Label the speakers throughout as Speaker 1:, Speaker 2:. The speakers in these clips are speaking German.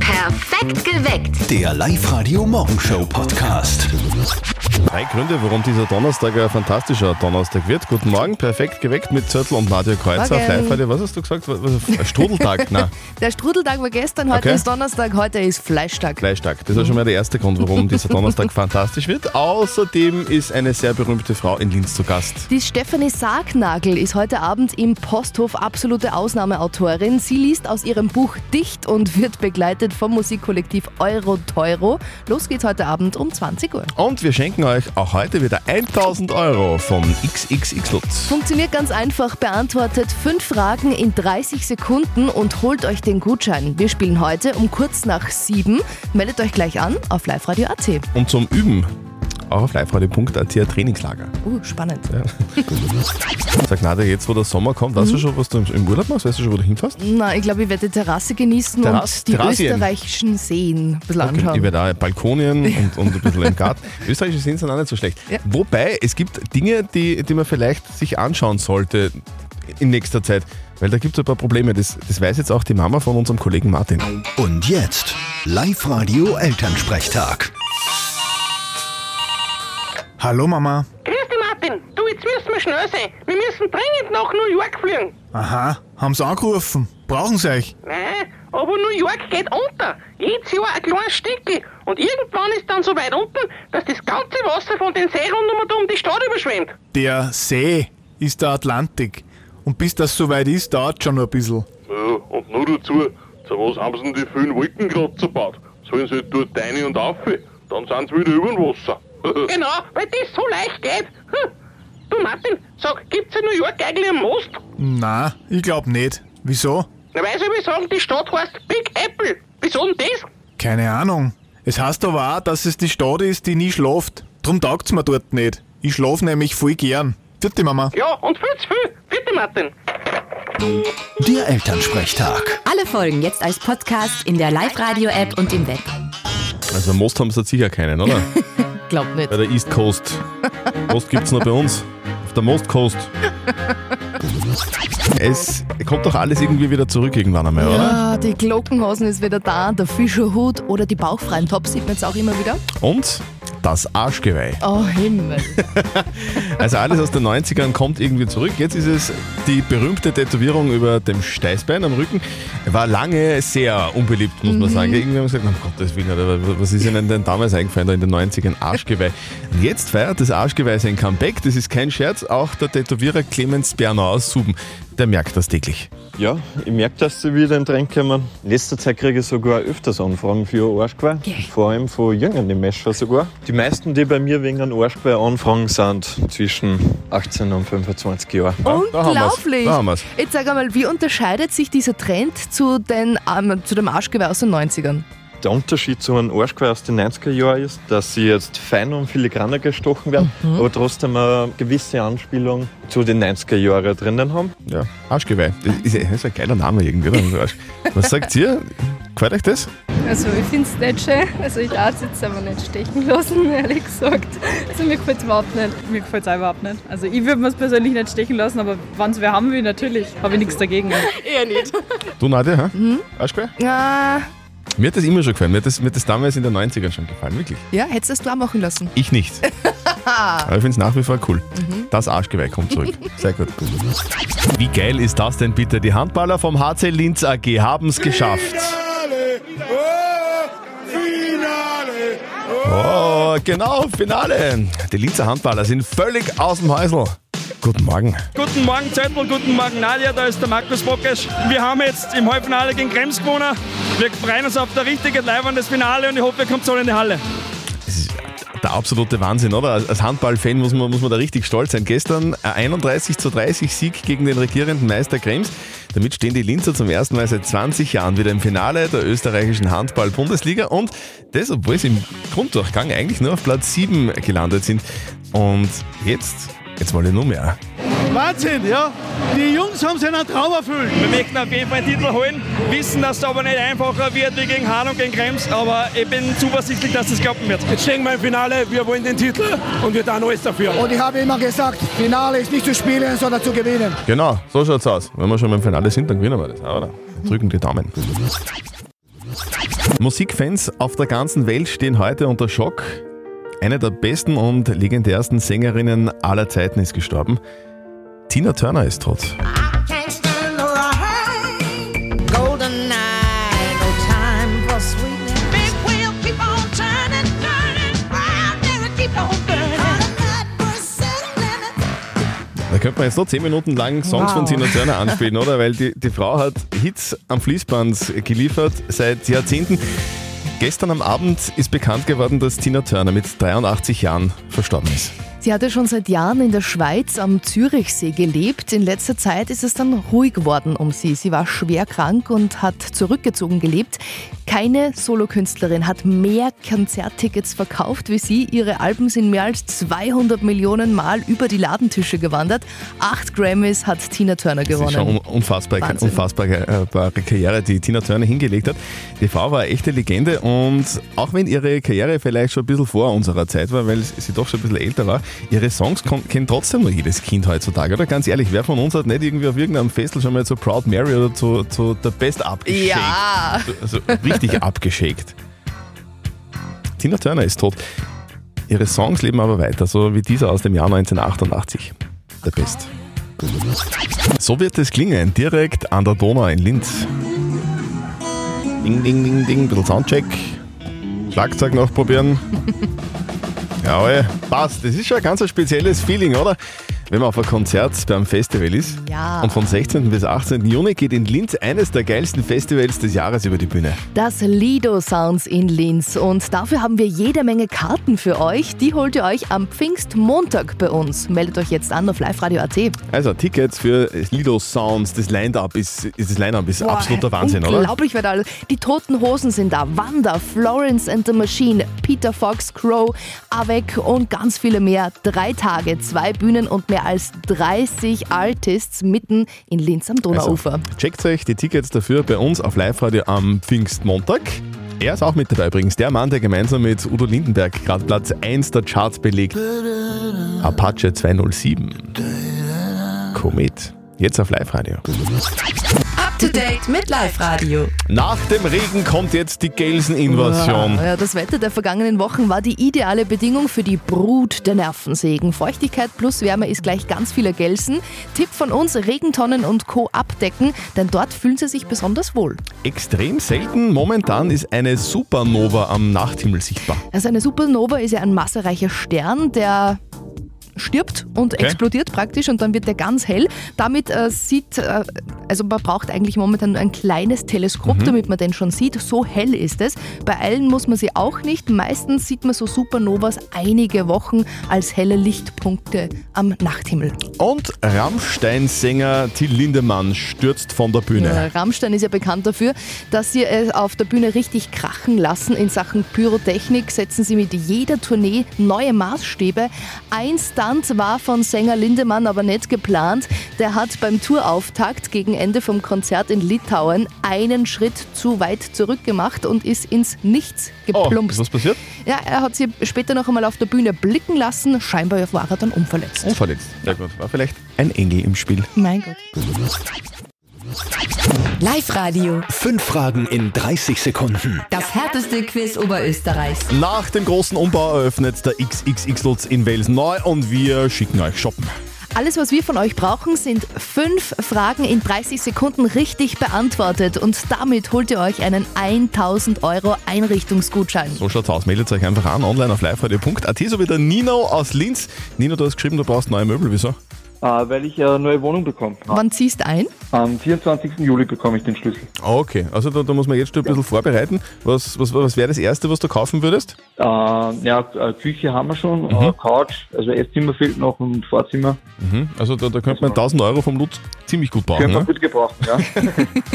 Speaker 1: Perfekt geweckt.
Speaker 2: Der Live-Radio-Morgenshow-Podcast.
Speaker 3: Drei Gründe, warum dieser Donnerstag ein fantastischer Donnerstag wird. Guten Morgen, perfekt geweckt mit Zürtel und Nadja Kreuzer auf
Speaker 4: Morgen.
Speaker 3: live heute. Was hast du gesagt? Was- was- Ein Strudeltag? Nein,
Speaker 4: Der Strudeltag war gestern, heute
Speaker 3: Okay.
Speaker 4: ist Donnerstag, heute ist Fleischtag.
Speaker 3: Fleischtag. Das ist schon mal der erste Grund, warum dieser Donnerstag fantastisch wird. Außerdem ist eine sehr berühmte Frau in Linz zu Gast.
Speaker 4: Die Stefanie Sargnagel ist heute Abend im Posthof absolute Ausnahmeautorin. Sie liest aus ihrem Buch Dicht und wird begleitet vom Musikkollektiv Euro Teuro. Los geht's heute Abend um 20 Uhr.
Speaker 3: Und wir schenken euch auch heute wieder 1000 Euro vom XXX Lutz.
Speaker 4: Funktioniert ganz einfach, beantwortet fünf Fragen in 30 Sekunden und holt euch den Gutschein. Wir spielen heute um kurz nach sieben. Meldet euch gleich an auf liveradio.at.
Speaker 3: Und zum Üben auch auf liveradio.at ein Trainingslager.
Speaker 4: Uh, spannend.
Speaker 3: Sag Nadja, jetzt wo der Sommer kommt, weißt du schon, was du im- im Urlaub machst? Weißt du schon, wo du hinfährst?
Speaker 4: Na, ich glaube, ich werde die Terrasse genießen
Speaker 3: Terrasse-
Speaker 4: und die
Speaker 3: Terrassien.
Speaker 4: österreichischen Seen ein bisschen
Speaker 3: Okay, ich
Speaker 4: anschauen.
Speaker 3: werde auch Balkonien und, und ein bisschen im Garten. Österreichische Seen sind auch nicht so schlecht.
Speaker 4: Ja.
Speaker 3: Wobei, es gibt Dinge, die, die man vielleicht sich anschauen sollte in nächster Zeit. Weil da gibt es ein paar Probleme. Das, das weiß jetzt auch die Mama von unserem Kollegen Martin.
Speaker 2: Und jetzt Live-Radio-Elternsprechtag.
Speaker 5: Hallo Mama.
Speaker 6: Grüß dich, Martin. Du, jetzt müssen wir schnell sein. Wir müssen dringend nach New York fliegen.
Speaker 5: Aha, haben sie angerufen. Brauchen sie euch?
Speaker 6: Nein, Ne? aber New York geht unter. Jedes Jahr ein kleines Stückchen. Und irgendwann ist dann so weit unten, dass das ganze Wasser von den Seerundern um die Stadt überschwemmt.
Speaker 5: Der See ist der Atlantik. Und bis das soweit ist, dauert schon noch ein bisschen.
Speaker 7: Ja, Äh, und nur dazu, zu was haben sie denn die vielen Wolkenkratzer gebaut? Sollen sie halt dort rein und auf, dann sind sie wieder über dem Wasser.
Speaker 6: Genau, weil das so leicht geht. Hm. Du, Martin, sag, gibt's in New York eigentlich einen Most?
Speaker 5: Na, ich glaub nicht. Wieso?
Speaker 6: Na, weil soll ich sagen, die Stadt heißt Big Apple. Wieso denn das?
Speaker 5: Keine Ahnung. Es heißt aber auch, dass es die Stadt ist, die nie schläft. Drum taugt's mir dort nicht. Ich schlaf nämlich voll gern. Vierte Mama.
Speaker 6: Ja, und viel zu viel. Bitte, Martin.
Speaker 2: Der Elternsprechtag.
Speaker 8: Alle Folgen jetzt als Podcast in der Live-Radio-App und im Web.
Speaker 3: Also Most haben sie jetzt sicher keinen, oder?
Speaker 4: Glaub nicht.
Speaker 3: Bei der East Coast. Most gibt es nur bei uns. Auf der Most Coast. Es kommt doch alles irgendwie wieder zurück irgendwann einmal, oder?
Speaker 4: Ah, die Glockenhosen ist wieder da, der Fischerhut oder die bauchfreien Tops sieht man jetzt auch immer wieder.
Speaker 3: Und das Arschgeweih.
Speaker 4: Oh Himmel.
Speaker 3: Also alles aus den 90ern kommt irgendwie zurück. Jetzt ist es die berühmte Tätowierung über dem Steißbein am Rücken. War lange sehr unbeliebt, muss man sagen. Irgendwie haben sie gesagt, um Gottes Willen, Alter, was ist ihnen denn damals eingefallen, da in den 90ern Arschgeweih. Und jetzt feiert das Arschgeweih sein Comeback. Das ist kein Scherz. Auch der Tätowierer Clemens Bernau aus Suben, der merkt das täglich.
Speaker 9: Ja, ich merke, dass sie wieder in den Trend kommen. In letzter Zeit kriege ich sogar öfters Anfragen für ein Arschgeweih. Vor allem von jüngeren Menschen sogar. Die meisten, die bei mir wegen einem Arschgeweih anfragen, sind zwischen 18 und 25 Jahren.
Speaker 3: da haben wir's.
Speaker 4: Unglaublich.
Speaker 3: Da haben wir's.
Speaker 4: Jetzt sag einmal, wie unterscheidet sich dieser Trend zu, den, ähm, zu dem Arschgeweih aus den 90ern?
Speaker 9: Der Unterschied zu einem Arschgeweih aus den 90er Jahren ist, dass sie jetzt feiner und filigraner gestochen werden, aber trotzdem eine gewisse Anspielung zu den 90er Jahren drinnen haben.
Speaker 3: Ja, Arschgeweih. Das ist, ja- das ist ein geiler Name irgendwie. Oder? Also Arsch- Was sagt ihr? Gefällt euch das?
Speaker 10: Also ich finde es nicht schön. Also ich lasse jetzt aber nicht stechen lassen, ehrlich gesagt. Also mir gefällt es überhaupt nicht. Mir gefällt es auch überhaupt nicht. Also ich würde mir es persönlich nicht stechen lassen, aber wenn es wer haben will, natürlich. Habe ich nichts dagegen.
Speaker 3: Du, Nadja, hä? Arschgeweih?
Speaker 4: Ah,
Speaker 3: Mir hat das immer schon gefallen. Mir hat das, mir hat das damals in den 90ern schon gefallen, wirklich.
Speaker 4: ja, hättest du das klar machen lassen.
Speaker 3: Ich nicht. Aber ich finde es nach wie vor cool. Das Arschgeweih kommt zurück. Sehr gut. Mhm. Wie geil ist das denn bitte? Die Handballer vom HC Linz AG haben es geschafft. Oh, genau, Finale. Die Linzer Handballer sind völlig aus dem Häusl. Guten Morgen.
Speaker 6: Guten Morgen, Zettel, guten Morgen, Nadja, da ist der Markus Bockes. Wir haben jetzt im Halbfinale gegen Krems gewonnen. Wir freuen uns auf der richtige Live das Finale und ich hoffe, ihr kommt so in die Halle.
Speaker 3: Das ist der absolute Wahnsinn, oder? Als als Handball-Fan muss man, muss man da richtig stolz sein. Gestern ein 31 zu 30 Sieg gegen den regierenden Meister Krems. Damit stehen die Linzer zum ersten Mal seit 20 Jahren wieder im Finale der österreichischen Handball-Bundesliga und das, obwohl sie im Grunddurchgang eigentlich nur auf Platz 7 gelandet sind. Und jetzt, jetzt wollen wir nur mehr.
Speaker 6: Wahnsinn, ja. Die Jungs haben sich einen Traum erfüllt. Wir möchten auf jeden Fall einen Titel holen, wissen, dass es aber nicht einfacher wird wie gegen Hahn und gegen Krems, aber ich bin zuversichtlich, dass es klappen wird. Jetzt stehen wir im Finale, wir wollen den Titel und wir tun alles dafür.
Speaker 11: Und ich habe immer gesagt, Finale ist nicht zu spielen, sondern zu gewinnen.
Speaker 3: Genau, so schaut's aus. Wenn wir schon beim Finale sind, dann gewinnen wir das, auch, oder? Wir drücken die Daumen. Musikfans auf der ganzen Welt stehen heute unter Schock. Eine der besten und legendärsten Sängerinnen aller Zeiten ist gestorben. Tina Turner ist tot.
Speaker 1: Can't stand the rain. Golden eye, no time for sweetness. Big wheel keep on turning, turning. Round and it keep on turning.
Speaker 3: Da könnte man jetzt noch 10 Minuten lang Songs von
Speaker 1: Wow.
Speaker 3: Tina Turner anspielen, oder? Weil die, die Frau hat Hits am Fließband geliefert seit Jahrzehnten. Gestern am Abend ist bekannt geworden, dass Tina Turner mit 83 Jahren verstorben ist.
Speaker 4: Sie hatte schon seit Jahren in der Schweiz am Zürichsee gelebt. In letzter Zeit ist es dann ruhig geworden um sie. Sie war schwer krank und hat zurückgezogen gelebt. Keine Solokünstlerin hat mehr Konzerttickets verkauft wie sie. Ihre Alben sind mehr als 200 Millionen Mal über die Ladentische gewandert. Acht Grammys hat Tina Turner
Speaker 3: Das ist um- schon
Speaker 4: gewonnen.
Speaker 3: un- unfassbar,
Speaker 4: Wahnsinn.
Speaker 3: unfassbare äh, bare Karriere, die Tina Turner hingelegt hat. Die Frau war eine echte Legende und auch wenn ihre Karriere vielleicht schon ein bisschen vor unserer Zeit war, weil sie doch schon ein bisschen älter war, ihre Songs kon- kennt trotzdem noch jedes Kind heutzutage, oder? Ganz ehrlich, wer von uns hat nicht irgendwie auf irgendeinem Festel schon mal zu Proud Mary oder zu, zu The Best abgeschickt?
Speaker 4: Ja.
Speaker 3: Also richtig abgeschickt. Tina Turner ist tot. Ihre Songs leben aber weiter, so wie dieser aus dem Jahr 1988. Der Best. So wird es klingen, direkt an der Donau in Linz. Ding, ding, ding, ding, bisschen Soundcheck. Schlagzeug noch probieren. Jawohl, passt. Das ist schon ein ganz ein spezielles Feeling, oder? Wenn man auf ein Konzert beim Festival ist.
Speaker 4: Ja.
Speaker 3: Und vom 16. bis 18. Juni geht in Linz eines der geilsten Festivals des Jahres über die Bühne.
Speaker 4: Das Lido Sounds in Linz. Und dafür haben wir jede Menge Karten für euch. Die holt ihr euch am Pfingstmontag bei uns. Meldet euch jetzt an auf liveradio.at.
Speaker 3: Also Tickets für Lido Sounds, das Line-Up ist, ist, das Line-Up ist
Speaker 4: Boah,
Speaker 3: absoluter Wahnsinn, oder?
Speaker 4: Unglaublich, wer da alles. Die Toten Hosen sind da. Wanda, Florence and the Machine, Peter Fox, Crow, Avec und ganz viele mehr. Drei Tage, zwei Bühnen und mehr als 30 Artists mitten in Linz am Donauufer.
Speaker 3: Checkt euch die Tickets dafür bei uns auf Live-Radio am Pfingstmontag. Er ist auch mit dabei übrigens, der Mann, der gemeinsam mit Udo Lindenberg gerade Platz 1 der Charts belegt. Apache 207. Komet. Jetzt auf Live-Radio.
Speaker 8: Up to date mit Live Radio.
Speaker 3: Nach dem Regen kommt jetzt die Gelsen-Invasion.
Speaker 4: Ja, das Wetter der vergangenen Wochen war die ideale Bedingung für die Brut der Nervensägen. Feuchtigkeit plus Wärme ist gleich ganz vieler Gelsen. Tipp von uns, Regentonnen und Co. abdecken, denn dort fühlen sie sich besonders wohl.
Speaker 3: Extrem selten momentan ist eine Supernova am Nachthimmel sichtbar.
Speaker 4: Also eine Supernova ist ja ein massereicher Stern, der stirbt und
Speaker 3: Okay.
Speaker 4: explodiert praktisch und dann wird der ganz hell. Damit äh, sieht, äh, also man braucht eigentlich momentan nur ein kleines Teleskop,
Speaker 12: Mhm.
Speaker 4: damit man den schon sieht. So hell ist es. Beeilen muss man sie auch nicht. Meistens sieht man so Supernovas einige Wochen als helle Lichtpunkte am Nachthimmel.
Speaker 3: Und Rammstein-Sänger Till Lindemann stürzt von der Bühne.
Speaker 4: Ja, Äh, Rammstein ist ja bekannt dafür, dass sie es auf der Bühne richtig krachen lassen. In Sachen Pyrotechnik setzen sie mit jeder Tournee neue Maßstäbe. Ein Stunt war von Sänger Lindemann aber nicht geplant. Der hat beim Tourauftakt gegen Ende vom Konzert in Litauen einen Schritt zu weit zurückgemacht und ist ins Nichts
Speaker 3: Oh,
Speaker 4: geplumpst.
Speaker 3: ist was passiert?
Speaker 4: Ja, er hat sie später noch einmal auf der Bühne blicken lassen. Scheinbar war er dann unverletzt.
Speaker 3: Unverletzt. Sehr gut. War vielleicht ein Engel im Spiel.
Speaker 4: Mein Gott.
Speaker 8: Live Radio.
Speaker 2: Fünf Fragen in 30 Sekunden.
Speaker 8: Das härteste Quiz Oberösterreichs.
Speaker 3: Nach dem großen Umbau eröffnet der XXX Lutz in Wels neu und wir schicken euch shoppen.
Speaker 4: Alles, was wir von euch brauchen, sind fünf Fragen in 30 Sekunden richtig beantwortet. Und damit holt ihr euch einen 1000 Euro Einrichtungsgutschein.
Speaker 3: So schaut's aus. Meldet euch einfach an, online auf liveradio.at, so wie der Nino aus Linz. Nino, du hast geschrieben, du brauchst neue Möbel. Wieso?
Speaker 13: Äh, weil ich eine neue Wohnung bekomme.
Speaker 4: Wann ziehst du ein?
Speaker 13: Am 24. Juli bekomme ich den Schlüssel.
Speaker 3: Okay, also da, da muss man jetzt schon ein bisschen vorbereiten. Was, was, was wäre das Erste, was du kaufen würdest?
Speaker 13: Äh, ja, äh, Küche haben wir schon,
Speaker 9: Mhm.
Speaker 13: äh, Couch, also Esszimmer fehlt noch und Vorzimmer.
Speaker 3: Mhm. Also da, da könnte man 1000 Euro vom Lutz ziemlich gut brauchen.
Speaker 13: Können wir
Speaker 3: Ne?
Speaker 13: gut gebrauchen, ja.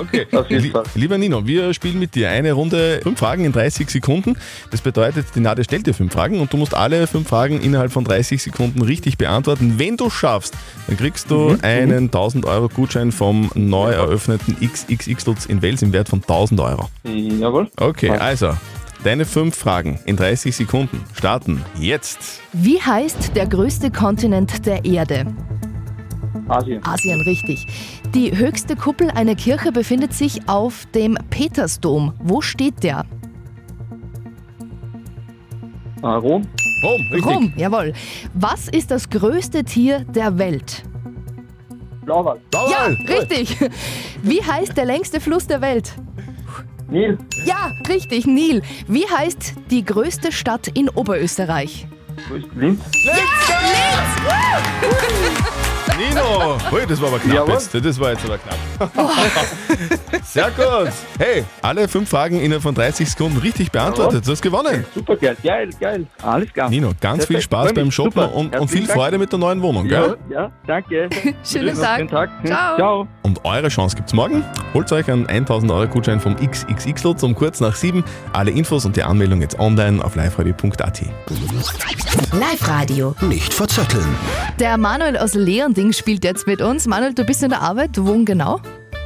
Speaker 3: Okay,
Speaker 13: auf jeden
Speaker 3: Lie-
Speaker 13: Fall.
Speaker 3: Lieber Nino, wir spielen mit dir eine Runde fünf Fragen in 30 Sekunden. Das bedeutet, die Nadja stellt dir fünf Fragen und du musst alle fünf Fragen innerhalb von 30 Sekunden richtig beantworten. Wenn du schaffst, dann kriegst du
Speaker 13: Mhm,
Speaker 3: einen 1000 Euro Gutschein vom neu eröffneten XXX Lutz in Wels im Wert von 1000 Euro.
Speaker 13: Jawohl.
Speaker 3: Okay, also deine fünf Fragen in 30 Sekunden starten jetzt.
Speaker 4: Wie heißt der größte Kontinent der Erde?
Speaker 13: Asien.
Speaker 4: Asien, richtig. Die höchste Kuppel einer Kirche befindet sich auf dem Petersdom. Wo steht der?
Speaker 13: Ah, Rom.
Speaker 3: Rom,
Speaker 4: Rum, jawohl. Was ist das größte Tier der Welt?
Speaker 13: Blauwal.
Speaker 4: Ja, richtig. Wie heißt der längste Fluss der Welt?
Speaker 13: Nil.
Speaker 4: Ja, richtig, Nil. Wie heißt die größte Stadt in Oberösterreich?
Speaker 13: Linz.
Speaker 3: Nino! Ui, das war aber knapp
Speaker 13: Jawohl.
Speaker 3: jetzt. Das war jetzt aber knapp. Sehr gut. Hey, alle fünf Fragen innerhalb von 30 Sekunden richtig beantwortet. Du hast gewonnen.
Speaker 13: Super geil, geil, geil. Alles klar.
Speaker 3: Nino, ganz viel
Speaker 13: Perfekt.
Speaker 3: Spaß
Speaker 13: Freu
Speaker 3: beim
Speaker 13: mich.
Speaker 3: Shoppen
Speaker 13: Super.
Speaker 3: und, und
Speaker 13: Herzlichen
Speaker 3: viel
Speaker 13: Dank.
Speaker 3: Freude mit der neuen Wohnung,
Speaker 13: Ja,
Speaker 3: gell?
Speaker 13: ja, danke.
Speaker 4: Schönen
Speaker 13: Tschüss.
Speaker 4: Tag.
Speaker 13: Schönen Tag.
Speaker 4: Ciao.
Speaker 13: Ciao.
Speaker 3: Und eure Chance gibt's morgen. Holt euch einen 1000 Euro Gutschein vom XXXL zum kurz nach 7. Alle Infos und die Anmeldung jetzt online auf liveradio.at.
Speaker 4: Live Radio.
Speaker 2: Nicht verzetteln.
Speaker 4: Der Manuel aus Leonding spielt jetzt mit uns. Manuel, du bist in der Arbeit, du wohnst genau?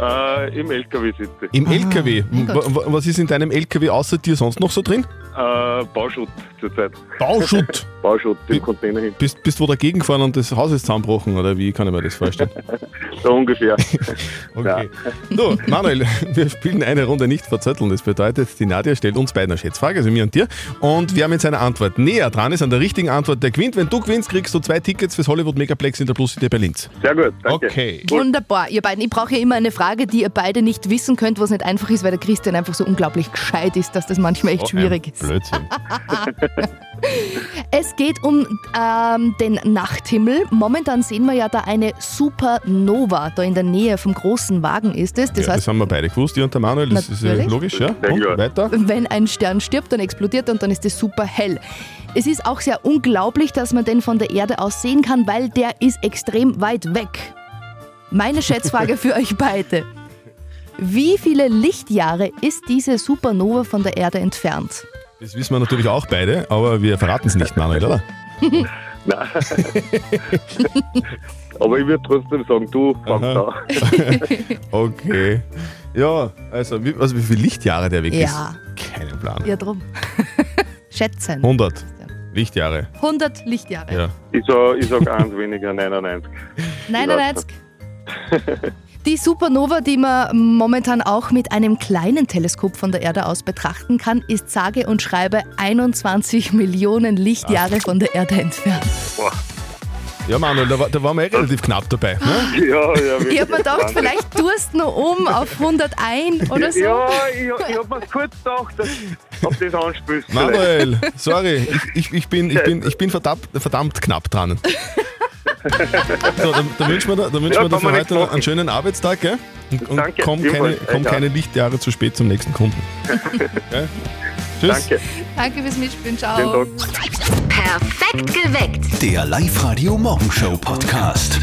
Speaker 7: Äh, Im LKW sitze.
Speaker 13: Ah,
Speaker 3: Im LKW.
Speaker 4: mein Gott.
Speaker 3: Wa- wa- Was ist in deinem LKW außer dir sonst noch so drin?
Speaker 7: Äh, Bauschutt zurzeit.
Speaker 3: Bauschutt.
Speaker 7: Bauschutt im Container hin.
Speaker 3: Bist, bist wo dagegen gefahren und das Haus ist zusammenbrochen oder wie kann ich mir das vorstellen?
Speaker 7: So ungefähr.
Speaker 3: Okay. So, Manuel, wir spielen eine Runde nicht verzötteln. Das bedeutet, die Nadja stellt uns beiden eine Schätzfrage, also mir und dir. Und wer mit seiner Antwort näher dran ist an der richtigen Antwort, der gewinnt. Wenn du gewinnst, kriegst du zwei Tickets fürs Hollywood Megaplex in der Plus City Berlin.
Speaker 7: Sehr gut, danke.
Speaker 3: Okay.
Speaker 4: Wunderbar, ihr beiden. Ich brauche ja immer eine Frage, die ihr beide nicht wissen könnt, was nicht einfach ist, weil der Christian einfach so unglaublich gescheit ist, dass das manchmal echt schwierig ist.
Speaker 3: Oh, Blödsinn.
Speaker 4: Es geht um ähm, den Nachthimmel. Momentan sehen wir ja da eine Supernova, da in der Nähe vom großen Wagen ist es. Das
Speaker 3: ja, das
Speaker 4: heißt,
Speaker 3: haben wir beide gewusst, ihr und der Manuel. Das ist äh,
Speaker 4: Natürlich.
Speaker 3: logisch, ja? Und weiter?
Speaker 4: wenn ein Stern stirbt, dann explodiert er und dann ist es super hell. Es ist auch sehr unglaublich, dass man den von der Erde aus sehen kann, weil der ist extrem weit weg. Meine Schätzfrage für euch beide. Wie viele Lichtjahre ist diese Supernova von der Erde entfernt?
Speaker 3: Das wissen wir natürlich auch beide, aber wir verraten es nicht, Manuel, oder?
Speaker 7: Nein. Aber ich würde trotzdem sagen, du fangst an.
Speaker 3: Okay. Ja, also wie, also wie viele Lichtjahre der Weg
Speaker 4: Ja.
Speaker 3: ist? Keinen Plan.
Speaker 4: Ja, drum. Schätzen.
Speaker 3: 100 Lichtjahre.
Speaker 4: 100 Lichtjahre.
Speaker 3: Ja.
Speaker 7: Ich sage ich sag eins weniger, 99.
Speaker 4: 99. Die Supernova, die man momentan auch mit einem kleinen Teleskop von der Erde aus betrachten kann, ist sage und schreibe 21 Millionen Lichtjahre von der Erde entfernt.
Speaker 3: Ja, Manuel, da, war- da waren wir eh relativ knapp dabei. Ne?
Speaker 7: Ja, ja,
Speaker 4: Ich habe mir gedacht, vielleicht tust du noch um auf 101 oder so.
Speaker 7: Ja, ich, ich habe mir kurz gedacht, dass, ob das anspielst.
Speaker 3: Manuel, sorry, ich, ich, ich bin, ich bin, ich bin verdammt, verdammt knapp dran. So, dann, dann wünschen wir, da, dann wünschen
Speaker 7: Ja,
Speaker 3: wir dir
Speaker 7: kann
Speaker 3: für
Speaker 7: man nichts
Speaker 3: heute
Speaker 7: machen.
Speaker 3: einen schönen Arbeitstag, gell? Und, und
Speaker 7: Danke,
Speaker 3: komm, keine,
Speaker 7: ebenfalls.
Speaker 3: komm
Speaker 7: Ja.
Speaker 3: keine Lichtjahre zu spät zum nächsten Kunden. Gell? Tschüss.
Speaker 7: Danke.
Speaker 4: Danke fürs Mitspielen, ciao.
Speaker 2: Der Live-Radio Morgenshow Podcast.